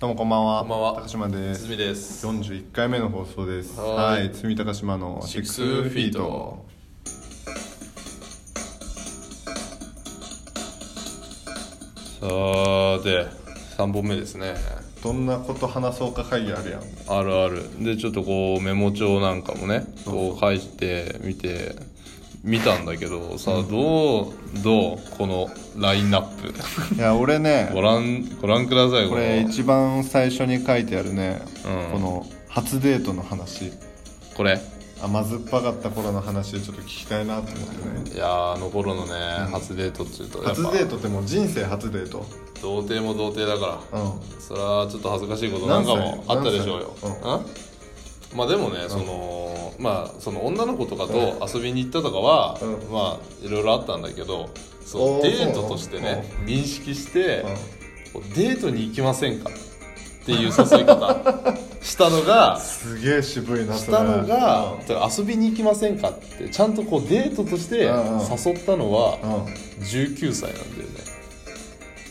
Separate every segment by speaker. Speaker 1: どうもこんばんは。
Speaker 2: こんばんは
Speaker 1: 高島で
Speaker 2: つ
Speaker 1: す
Speaker 2: み。です
Speaker 1: 41回目の放送です。
Speaker 2: は
Speaker 1: は
Speaker 2: ーい
Speaker 1: い、つみ高島のシックスフィート。
Speaker 2: さて3本目ですね
Speaker 1: どんなこと話そうか会議あるやん。
Speaker 2: あるあるでちょっとこうメモ帳なんかもね
Speaker 1: う
Speaker 2: こう書いてみて見たんだけどさあどうどうこのラインナ ップ
Speaker 1: いや、俺
Speaker 2: ご
Speaker 1: ね、
Speaker 2: 覧ご覧ください
Speaker 1: これ
Speaker 2: の
Speaker 1: 一番最初に書いてあるね、
Speaker 2: う
Speaker 1: こ
Speaker 2: ん
Speaker 1: の初デートの話。
Speaker 2: これ
Speaker 1: 甘酸っぱかった頃の話ちょっと聞きたいなと思ってね。
Speaker 2: いやーあの頃のね、初デートっていうとやっぱ
Speaker 1: 初デートってもう人生初デート。
Speaker 2: 童貞も童貞だから
Speaker 1: う
Speaker 2: それはちょっと恥ずかしいことなんかも
Speaker 1: 何歳
Speaker 2: あったでしょうよ、
Speaker 1: 何歳
Speaker 2: うんまあでもね、そのまあその女の子とかと遊びに行ったとかは、
Speaker 1: う
Speaker 2: まあいろいろあったんだけど
Speaker 1: お
Speaker 2: そ
Speaker 1: ー
Speaker 2: うデートとしてね認識して、こうデートに行きませんかっていう誘い 方したのが
Speaker 1: ん。すげえ渋いな、
Speaker 2: し
Speaker 1: それ。
Speaker 2: たのが、遊びに行きませんかってちゃんとこうデートとして
Speaker 1: うんうん
Speaker 2: 誘ったの
Speaker 1: う
Speaker 2: は
Speaker 1: ん。うん。
Speaker 2: 19歳なんだよね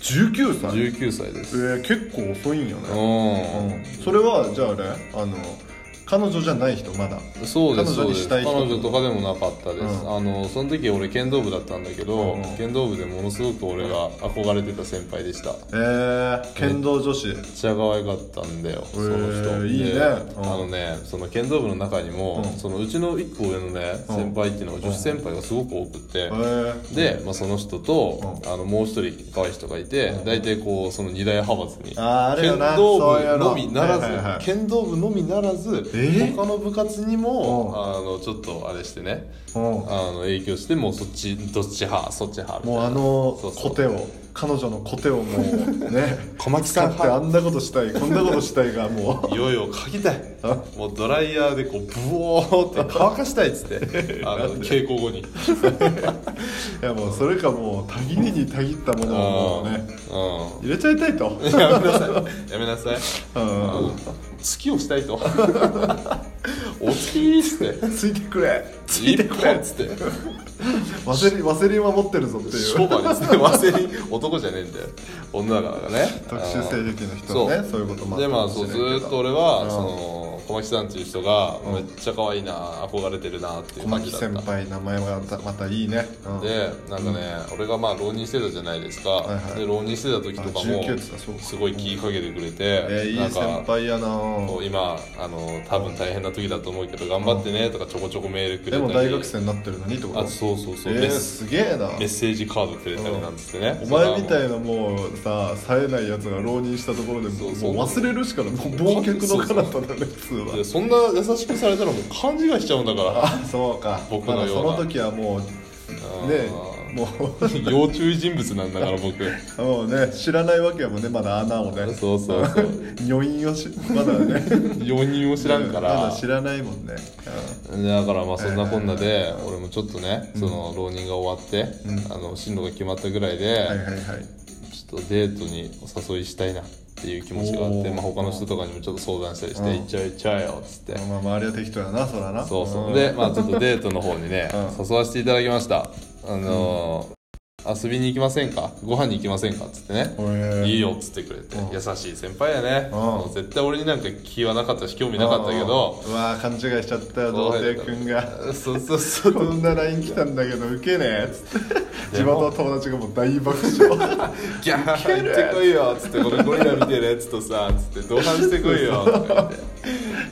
Speaker 1: 19歳
Speaker 2: 19歳です、
Speaker 1: えー、結構遅いんよね。
Speaker 2: うん
Speaker 1: それはじゃああれあの彼女じゃない人まだ
Speaker 2: そうで
Speaker 1: 彼
Speaker 2: すそ
Speaker 1: 女
Speaker 2: う
Speaker 1: に
Speaker 2: です
Speaker 1: したい
Speaker 2: 彼
Speaker 1: 人
Speaker 2: 女とかでもなかったです、
Speaker 1: うん
Speaker 2: あのその時俺剣道部だったんだけど、
Speaker 1: うんうん
Speaker 2: 剣道部でものすごく俺が憧れてた先輩でしためっ
Speaker 1: えー、剣道女子、
Speaker 2: ちゃ可愛かったんだよ、その人
Speaker 1: いいね
Speaker 2: で
Speaker 1: うん
Speaker 2: あのねその剣道部の中にも、
Speaker 1: うん
Speaker 2: そのうちの1個上のね
Speaker 1: うん
Speaker 2: 先輩っていうのは女子先輩がすごく多くって、
Speaker 1: えー、
Speaker 2: で、まあ、その人と、
Speaker 1: う
Speaker 2: あのもう一人可愛い人がいて、大体こうその二大派閥に
Speaker 1: あーあるよな
Speaker 2: 剣道
Speaker 1: そういう
Speaker 2: 部
Speaker 1: の
Speaker 2: のみならず、
Speaker 1: はいはいはい
Speaker 2: 剣道部のみならず、
Speaker 1: えー
Speaker 2: 他の部活にも、
Speaker 1: うん
Speaker 2: あのちょっとあれしてね
Speaker 1: うん
Speaker 2: あの影響してもうそっちどっち派そっち派み
Speaker 1: もう
Speaker 2: たい
Speaker 1: あ
Speaker 2: な
Speaker 1: の
Speaker 2: そうそう
Speaker 1: コテを彼女のコテをも うね
Speaker 2: 小牧
Speaker 1: 使
Speaker 2: さん
Speaker 1: ってあんなことしたいこんなことしたいがもう
Speaker 2: いよいよかけたいもうドライヤーでこうブオーって乾かしたいっつって あの稽古後に
Speaker 1: いやもうそ れかもうたぎりにたぎったものをもうね
Speaker 2: う
Speaker 1: 入れちゃいたいと、
Speaker 2: んやめなさいやめなさい
Speaker 1: うん、
Speaker 2: 月をし たいとお月っつって
Speaker 1: ついてくれ
Speaker 2: ついてこいっつって
Speaker 1: ワセリンワセリンは持ってるぞっていう
Speaker 2: 商売ですねワセリン男じゃねえんだよ女だからね
Speaker 1: 特殊性劇の人はねそういうこともあ
Speaker 2: で
Speaker 1: ったか
Speaker 2: まあ
Speaker 1: もし
Speaker 2: そ
Speaker 1: れ
Speaker 2: うんず
Speaker 1: けど
Speaker 2: ーっと俺は、
Speaker 1: うん
Speaker 2: その小牧さんっていう人が
Speaker 1: うん
Speaker 2: めっちゃ可愛いな憧れてるなってい
Speaker 1: 小
Speaker 2: う感じ
Speaker 1: 牧
Speaker 2: だった
Speaker 1: 先輩名前はまたまたいいね、うん、
Speaker 2: でなんかね、俺がまあ浪人してたじゃないですか、
Speaker 1: いはい
Speaker 2: で浪人してた時とか
Speaker 1: あ19ってさそう
Speaker 2: も
Speaker 1: か
Speaker 2: すごい気かけてくれて、
Speaker 1: えー、い
Speaker 2: ないんか
Speaker 1: 先輩やな
Speaker 2: こう今あの多分大変な時だと思うけど頑張ってねとかちょこちょこメールくれた
Speaker 1: で
Speaker 2: り
Speaker 1: も大学生になってるのにってこと
Speaker 2: あそうそうそう、
Speaker 1: え
Speaker 2: メ
Speaker 1: ー、
Speaker 2: ッセ
Speaker 1: すげえな
Speaker 2: メッセージカードくれたりなんつってね、
Speaker 1: お前みた
Speaker 2: ない
Speaker 1: なもうさ冴えないやつが浪人したところでも
Speaker 2: そう
Speaker 1: う
Speaker 2: そう
Speaker 1: もう忘れるしかないもう忘却の彼方だね普通は
Speaker 2: そんな優しくされたらもう勘違いしちゃうんだ か
Speaker 1: あそうか
Speaker 2: 僕のような
Speaker 1: まだその時はもうね
Speaker 2: うん
Speaker 1: もう
Speaker 2: ら 要注意人物なんだから僕
Speaker 1: もうね知らないわけやもんねまだ穴をね
Speaker 2: そうそうそう
Speaker 1: 余韻をしまだね
Speaker 2: 4人を知らんから、
Speaker 1: まだ知らないもんね、
Speaker 2: でだからまあそんなこんなで俺もちょっとね、その浪人が終わって、あの進路が決まったぐらいで、
Speaker 1: うん、はいはいはい
Speaker 2: ちょっとデートにお誘いしたいなっていう気持ちがあっ
Speaker 1: お
Speaker 2: て、
Speaker 1: ー
Speaker 2: まあ、他の人とかにもちょっと相談したりして「
Speaker 1: うん
Speaker 2: 行っちゃう行っちゃうよ」っつって、
Speaker 1: まあ周りは適当やなそらな
Speaker 2: そうそう、
Speaker 1: ん
Speaker 2: でまあちょっとデートの方にね、
Speaker 1: う
Speaker 2: 誘わせていただきましたあのー遊びに行きませんかご飯に行きませんかっつってね、
Speaker 1: へえ
Speaker 2: いいよっつってくれて、
Speaker 1: うん
Speaker 2: 優しい先輩やね、
Speaker 1: うん
Speaker 2: もう絶対俺になんか気はなかったし興味なかったけど、
Speaker 1: うんうわー勘違いしちゃったよ童貞くんが
Speaker 2: そうそ うそう
Speaker 1: こんな LINE 来たんだけどウケねえっつって地元の友達がもう大爆笑
Speaker 2: ギャー行ってこいよっつってこのゴリラ見てるやつとさつって同伴してこいよとか言って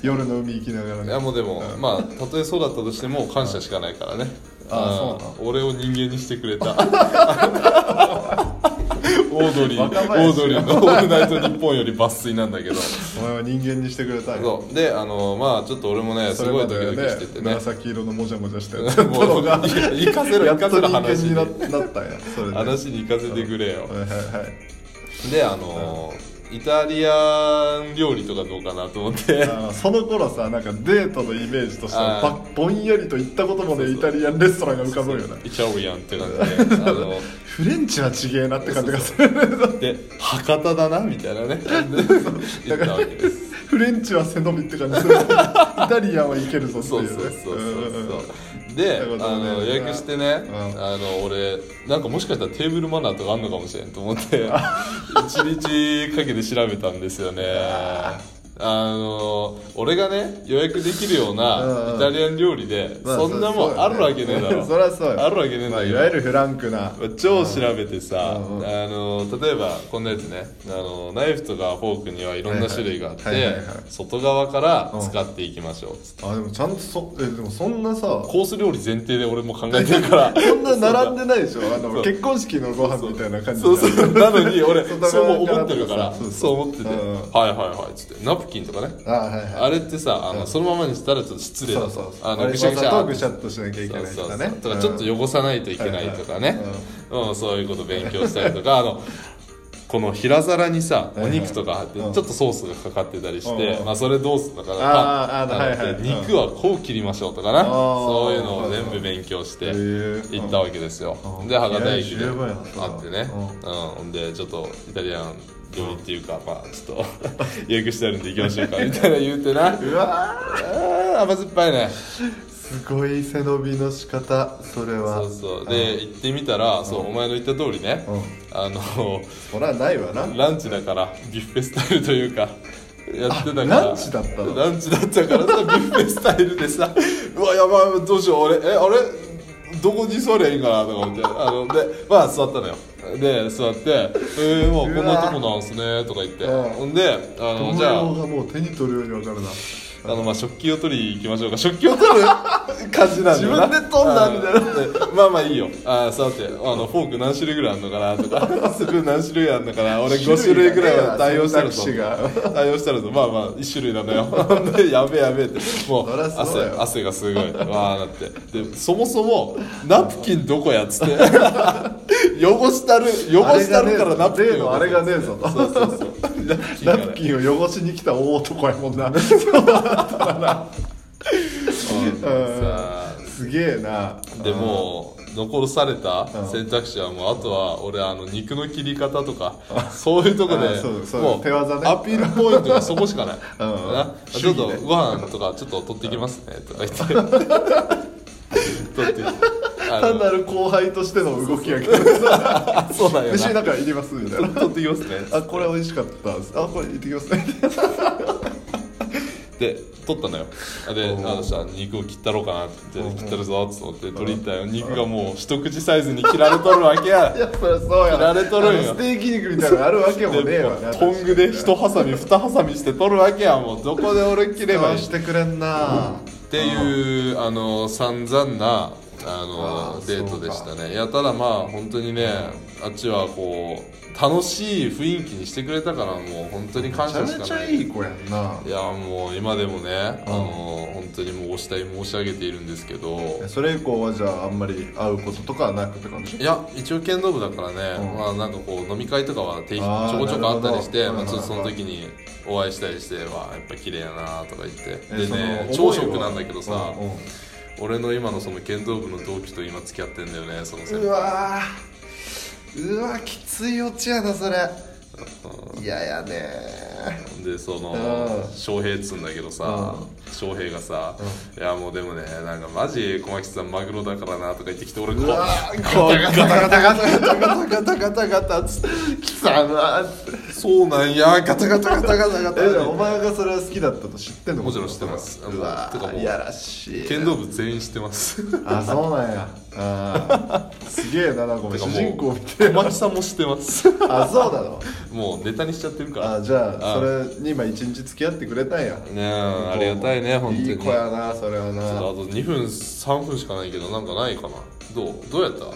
Speaker 1: 夜の海行きながら
Speaker 2: い
Speaker 1: ね
Speaker 2: やもうでも、まあたとえそうだったとしても感謝しかないからね、
Speaker 1: ああそう
Speaker 2: うん俺を人間にしてくれ たオードリーオ
Speaker 1: 若林
Speaker 2: ードリーの「オールナイトニッポン」より抜粋なんだけど
Speaker 1: お前は人間にしてくれたんや
Speaker 2: そうであのまあちょっと俺もねす
Speaker 1: それ
Speaker 2: ご
Speaker 1: ま
Speaker 2: いドキド
Speaker 1: で
Speaker 2: キしててね
Speaker 1: 紫色のもじゃもじゃしたやつだった
Speaker 2: も
Speaker 1: の
Speaker 2: うい や
Speaker 1: が
Speaker 2: 行かせろ
Speaker 1: や
Speaker 2: 行
Speaker 1: っと
Speaker 2: か
Speaker 1: 人
Speaker 2: せろ
Speaker 1: 間
Speaker 2: 話
Speaker 1: に
Speaker 2: に
Speaker 1: ななったんやそれではい
Speaker 2: 話に行かせてくれよ
Speaker 1: はいはい
Speaker 2: であのイタリアン料理とかどうかなと思って
Speaker 1: あーその頃さなんかデートのイメージとしては
Speaker 2: あ
Speaker 1: ばぼんやりと行ったこともねイタリアンレストランが浮かぶよね
Speaker 2: イタリアンって感じであの
Speaker 1: フレンチはちげえなって感じがする
Speaker 2: で博多だなみたい なね言ったわけです
Speaker 1: フレンチは背伸びって感じするイタリアンはいけるぞって
Speaker 2: そ
Speaker 1: いうう
Speaker 2: そうそうそうそう
Speaker 1: うんうんうん
Speaker 2: で、
Speaker 1: なるほど
Speaker 2: あの
Speaker 1: ね
Speaker 2: 予約してね、
Speaker 1: うん
Speaker 2: あの俺なんかもしかしたらテーブルマナーとかあんのかもしれんと思って 一日かけて調べたんですよねあの俺がね予約できるよう
Speaker 1: うんう
Speaker 2: なんイタリアン料理で、
Speaker 1: まあ
Speaker 2: そんなも
Speaker 1: そうんだ
Speaker 2: あ
Speaker 1: よね
Speaker 2: るわけねえだ ろ
Speaker 1: そりゃそうよ
Speaker 2: あるわけねえんだ
Speaker 1: まあ、
Speaker 2: け
Speaker 1: い
Speaker 2: ど、
Speaker 1: わゆるフランクな
Speaker 2: 超調べてさ、
Speaker 1: うんうん
Speaker 2: あの例えばこんなやつねあのナイフとかフォークにはいろんな種類があって、
Speaker 1: はいはいはいはいはい
Speaker 2: 外側から使っていきましょう、
Speaker 1: あでもちゃんとそえでもそんなさ
Speaker 2: コース料理前提で俺も考えてるか ら
Speaker 1: そんな並んでないでしょあ
Speaker 2: そ
Speaker 1: の
Speaker 2: う
Speaker 1: 結婚式のご飯みたいな感じ
Speaker 2: そうそうなの に俺
Speaker 1: 外側
Speaker 2: そうも思ってるから
Speaker 1: からとかさそうそう
Speaker 2: そう思ってて「はい
Speaker 1: うん
Speaker 2: はいはい」っつってナプキンとかね
Speaker 1: あはいはい
Speaker 2: あれってさあのそのままにしたらちょっと失礼だ
Speaker 1: そう
Speaker 2: と
Speaker 1: そうそう
Speaker 2: あの
Speaker 1: あれ
Speaker 2: ぐしゃぐしゃ
Speaker 1: わざとぐしゃっとしなきゃいけない
Speaker 2: そ
Speaker 1: と
Speaker 2: うそ
Speaker 1: か
Speaker 2: う
Speaker 1: ね
Speaker 2: そうとかちょっと汚さないといけないとかね
Speaker 1: はいはい
Speaker 2: うんそういうこと勉強したりとかあのこの平皿にさ
Speaker 1: いは
Speaker 2: お
Speaker 1: い
Speaker 2: 肉とかあってちょ
Speaker 1: う
Speaker 2: っ
Speaker 1: ん
Speaker 2: とソースがかかってたりして
Speaker 1: うん
Speaker 2: まあそれどうすんのかな
Speaker 1: あー
Speaker 2: パン
Speaker 1: あー
Speaker 2: あの
Speaker 1: はいはい
Speaker 2: で肉はこう切りましょうとかな
Speaker 1: あー
Speaker 2: そういうのを全部勉強して
Speaker 1: へー
Speaker 2: 行ったわけですよ
Speaker 1: うん
Speaker 2: で博多駅で
Speaker 1: いや十分やった
Speaker 2: あってね
Speaker 1: うん
Speaker 2: うん、ほんでちょっとイタリアン料理っていうか、まあちょっと 予約してあるんで行きましょうかみたいな言うてなあ
Speaker 1: うわ
Speaker 2: ー甘酸っぱいね
Speaker 1: ーすごい背伸びの仕方それは
Speaker 2: そうそうで行ってみたらそうお前の言った通りね
Speaker 1: うん
Speaker 2: あの
Speaker 1: そらないわな
Speaker 2: ランチだからビュッフェスタイルというかやってたから
Speaker 1: ランチだったの
Speaker 2: ランチだったからさビュッフェスタイルでさうわやばいどうしよう俺えあれどこに座りゃいいんかなとか思ってあのでまあ座ったのよで座って「えー、まあこんなとこなんすね」とか言って
Speaker 1: うん
Speaker 2: ほんであの
Speaker 1: 友
Speaker 2: じゃあ
Speaker 1: よがもう手に取るように分かるな
Speaker 2: あのまあ食器を取りに行きましょうか食器を取る 感じなんだよな
Speaker 1: 自分で取んだみたいな
Speaker 2: なまあまあいいよあーさてあのフォーク何種類ぐらいあるのかなと かスプーン何種類あるのかな俺5種類ぐらいは対応したらと
Speaker 1: 選択肢
Speaker 2: 対応したらとまあまあ1種類なのよ でやべえやべえってもう
Speaker 1: そりゃそうだ
Speaker 2: 汗
Speaker 1: よ
Speaker 2: 汗がすごいわあなってでそもそもナプキンどこやっつって 汚したる汚したるからナプキン
Speaker 1: 例のあれがねえぞと
Speaker 2: そうそうそうナプキンが
Speaker 1: ナ
Speaker 2: ね
Speaker 1: プキンを汚しに来た大男やもんな
Speaker 2: うんさあ
Speaker 1: すげえな
Speaker 2: でもう残された選択肢はもうあとは俺あの肉の切り方とかそういうとこ
Speaker 1: あ
Speaker 2: で
Speaker 1: そうそう
Speaker 2: も
Speaker 1: 手技ね
Speaker 2: アピールポイントがそこしかない
Speaker 1: うん
Speaker 2: なちょっとご飯とかちょっと取ってきますねとか言って取ってきてあの
Speaker 1: 単なる後輩としての動きやけど
Speaker 2: あそうだよ
Speaker 1: 飯
Speaker 2: な
Speaker 1: なんかいりますみたいな
Speaker 2: 取ってきますね
Speaker 1: あこれ美味しかったですあこれ行ってきますね
Speaker 2: で取ったのよで
Speaker 1: うん
Speaker 2: あのさ肉を切ったろうかなって
Speaker 1: うん
Speaker 2: 切ったるぞって思って取りに行ったよ肉がもう一口サイズに切られとるわけや
Speaker 1: いやそりゃそうや
Speaker 2: 切られとるんや
Speaker 1: あのステーキ肉みたいなのあるわけもねえわな
Speaker 2: トングで一ハサミ二ハサミして取るわけやもうどこで俺切ればいい
Speaker 1: し
Speaker 2: って
Speaker 1: くれんな、
Speaker 2: ていうあの散々なあ
Speaker 1: あ
Speaker 2: の
Speaker 1: ー
Speaker 2: デートでしたねいやただまあ本当にねあっちはこう楽しい雰囲気にしてくれたからもう本当に感
Speaker 1: めちゃ
Speaker 2: 謝し
Speaker 1: めち
Speaker 2: か
Speaker 1: ゃ
Speaker 2: ない
Speaker 1: いい子やんない
Speaker 2: やもう今でもねあの本当にもうお慕い申し上げているんですけど
Speaker 1: それ以降はじゃああんまり会うこととかはなくって感じ
Speaker 2: いや一応剣道部だからね、
Speaker 1: うん
Speaker 2: まあなんかこう飲み会とかは定期ち
Speaker 1: あー
Speaker 2: ょこちょこあったりして
Speaker 1: なるほ
Speaker 2: ま
Speaker 1: ど
Speaker 2: あ、ちょっとその時にお会いしたりしてわあやっぱ綺麗やなとか言って
Speaker 1: え
Speaker 2: で
Speaker 1: その
Speaker 2: ね
Speaker 1: 思
Speaker 2: 朝
Speaker 1: いは
Speaker 2: 食なんだけどさ、
Speaker 1: うんうん
Speaker 2: 俺の今のその剣道部の同期と今付き合ってんだよねその先
Speaker 1: うわーうわきついオチやなそれいややね
Speaker 2: でその
Speaker 1: うん
Speaker 2: 翔平っつうんだけどさ翔平がさ「いやもうでもねなんかマジ小牧さんマグロだからな」とか言ってきて俺こう
Speaker 1: うわ
Speaker 2: こうガタガタ
Speaker 1: タガタガタガタガタガタガタつきさな
Speaker 2: そうなんやガタガタガタガタガタ
Speaker 1: えお前がそれは好きだったと知ってんの
Speaker 2: もちろん知ってます
Speaker 1: うわ
Speaker 2: てかも
Speaker 1: ー
Speaker 2: う
Speaker 1: いやらしい
Speaker 2: 剣道部全員知ってます
Speaker 1: あそうなんやあーすげえななんかお前
Speaker 2: てか
Speaker 1: 主
Speaker 2: もう
Speaker 1: 人公みたい
Speaker 2: 小牧さんも知ってます
Speaker 1: あそうなの
Speaker 2: もうネタにしちゃってるから
Speaker 1: あ
Speaker 2: ね
Speaker 1: じゃあそれに今一日付き合ってくれたんや
Speaker 2: えありがたいね本当に
Speaker 1: いい子やなそれは
Speaker 2: ちょっと
Speaker 1: な
Speaker 2: あと2分3分しかないけどなんかないかなどうどうやった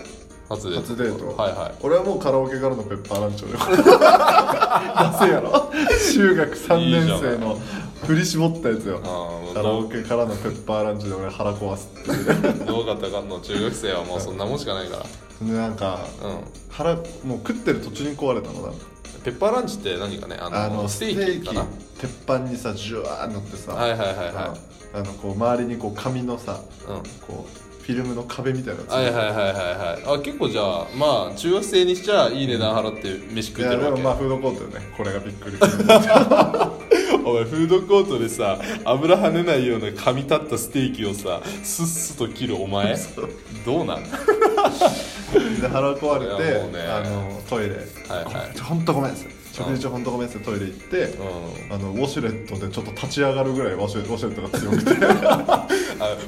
Speaker 2: 初デート
Speaker 1: 初デート
Speaker 2: はいはい
Speaker 1: 俺はもうカラオケからのペッパーランチョだよ出せやろ中学3年生の振り絞ったやつよ
Speaker 2: あー
Speaker 1: カラオケからのペッパーランチョで俺腹壊すって
Speaker 2: どうかったかんの中学生はもうそんなもんしかないから
Speaker 1: でなんか
Speaker 2: うん
Speaker 1: 腹もう食ってる途中に壊れたのなんか
Speaker 2: ペッパーランチって何かねあの
Speaker 1: あの
Speaker 2: ス
Speaker 1: ステ
Speaker 2: テー
Speaker 1: ー
Speaker 2: キ
Speaker 1: キ
Speaker 2: かな
Speaker 1: 鉄板にさジュワーッ乗ってさ
Speaker 2: はいはいはいは
Speaker 1: あのこう周りにこう紙のさ
Speaker 2: いうん
Speaker 1: こうフィルムの壁みたいなやつ
Speaker 2: はいはいはいはいはいあ結構じゃあまあ中学生にしちゃいい値段払って飯食
Speaker 1: い
Speaker 2: っ
Speaker 1: や
Speaker 2: てる
Speaker 1: で
Speaker 2: わ
Speaker 1: も
Speaker 2: け
Speaker 1: まあフードコートよねこれがびっくりする
Speaker 2: おい前フードコートでさ油跳ねないような噛み立ったステーキをさスッスと切るお前どうなん
Speaker 1: で腹壊れ
Speaker 2: いや
Speaker 1: て
Speaker 2: もう、ね
Speaker 1: あのトイレ、
Speaker 2: はい
Speaker 1: ちょ本当ごめんです食事中本当ごめんですトイレ行って、
Speaker 2: ん
Speaker 1: あのウォシュレットでちょっと立ち上がるぐらいウォシュウォシュレットが強くて だか
Speaker 2: あ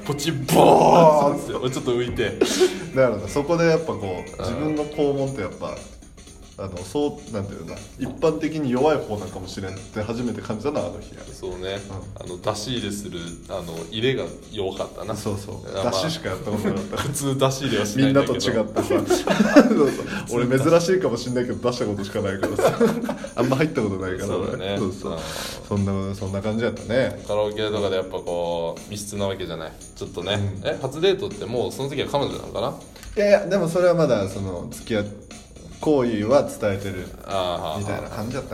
Speaker 2: ポチボーンってちょっと浮いて
Speaker 1: らねそこでやっぱこう自分の肛門ってやっぱあのそうなんていうのかな一般的に弱い方なんかもしれんって初めて感じたのはあの日や
Speaker 2: そうね、あの出し入れするあの入れが弱かったな
Speaker 1: そうそう
Speaker 2: あまあ
Speaker 1: 出ししかやったことなかった
Speaker 2: 普通出し入れはしな
Speaker 1: み
Speaker 2: い
Speaker 1: ん
Speaker 2: んだ
Speaker 1: な
Speaker 2: けど
Speaker 1: と違ってさ そうそう俺珍しいかもしんないけど出したことしかないから さあんま入ったことないから
Speaker 2: そうだ
Speaker 1: 俺
Speaker 2: ね
Speaker 1: そうそう
Speaker 2: うん
Speaker 1: そんなそんな感じやったね
Speaker 2: カラオケとかでやっぱこう密室なわけじゃないちょっとね、え初デートってもうその時は彼女なのかない
Speaker 1: やいやでもそれはまだその付き合い行為は伝えてる
Speaker 2: あーはーはー
Speaker 1: みたいな感じだった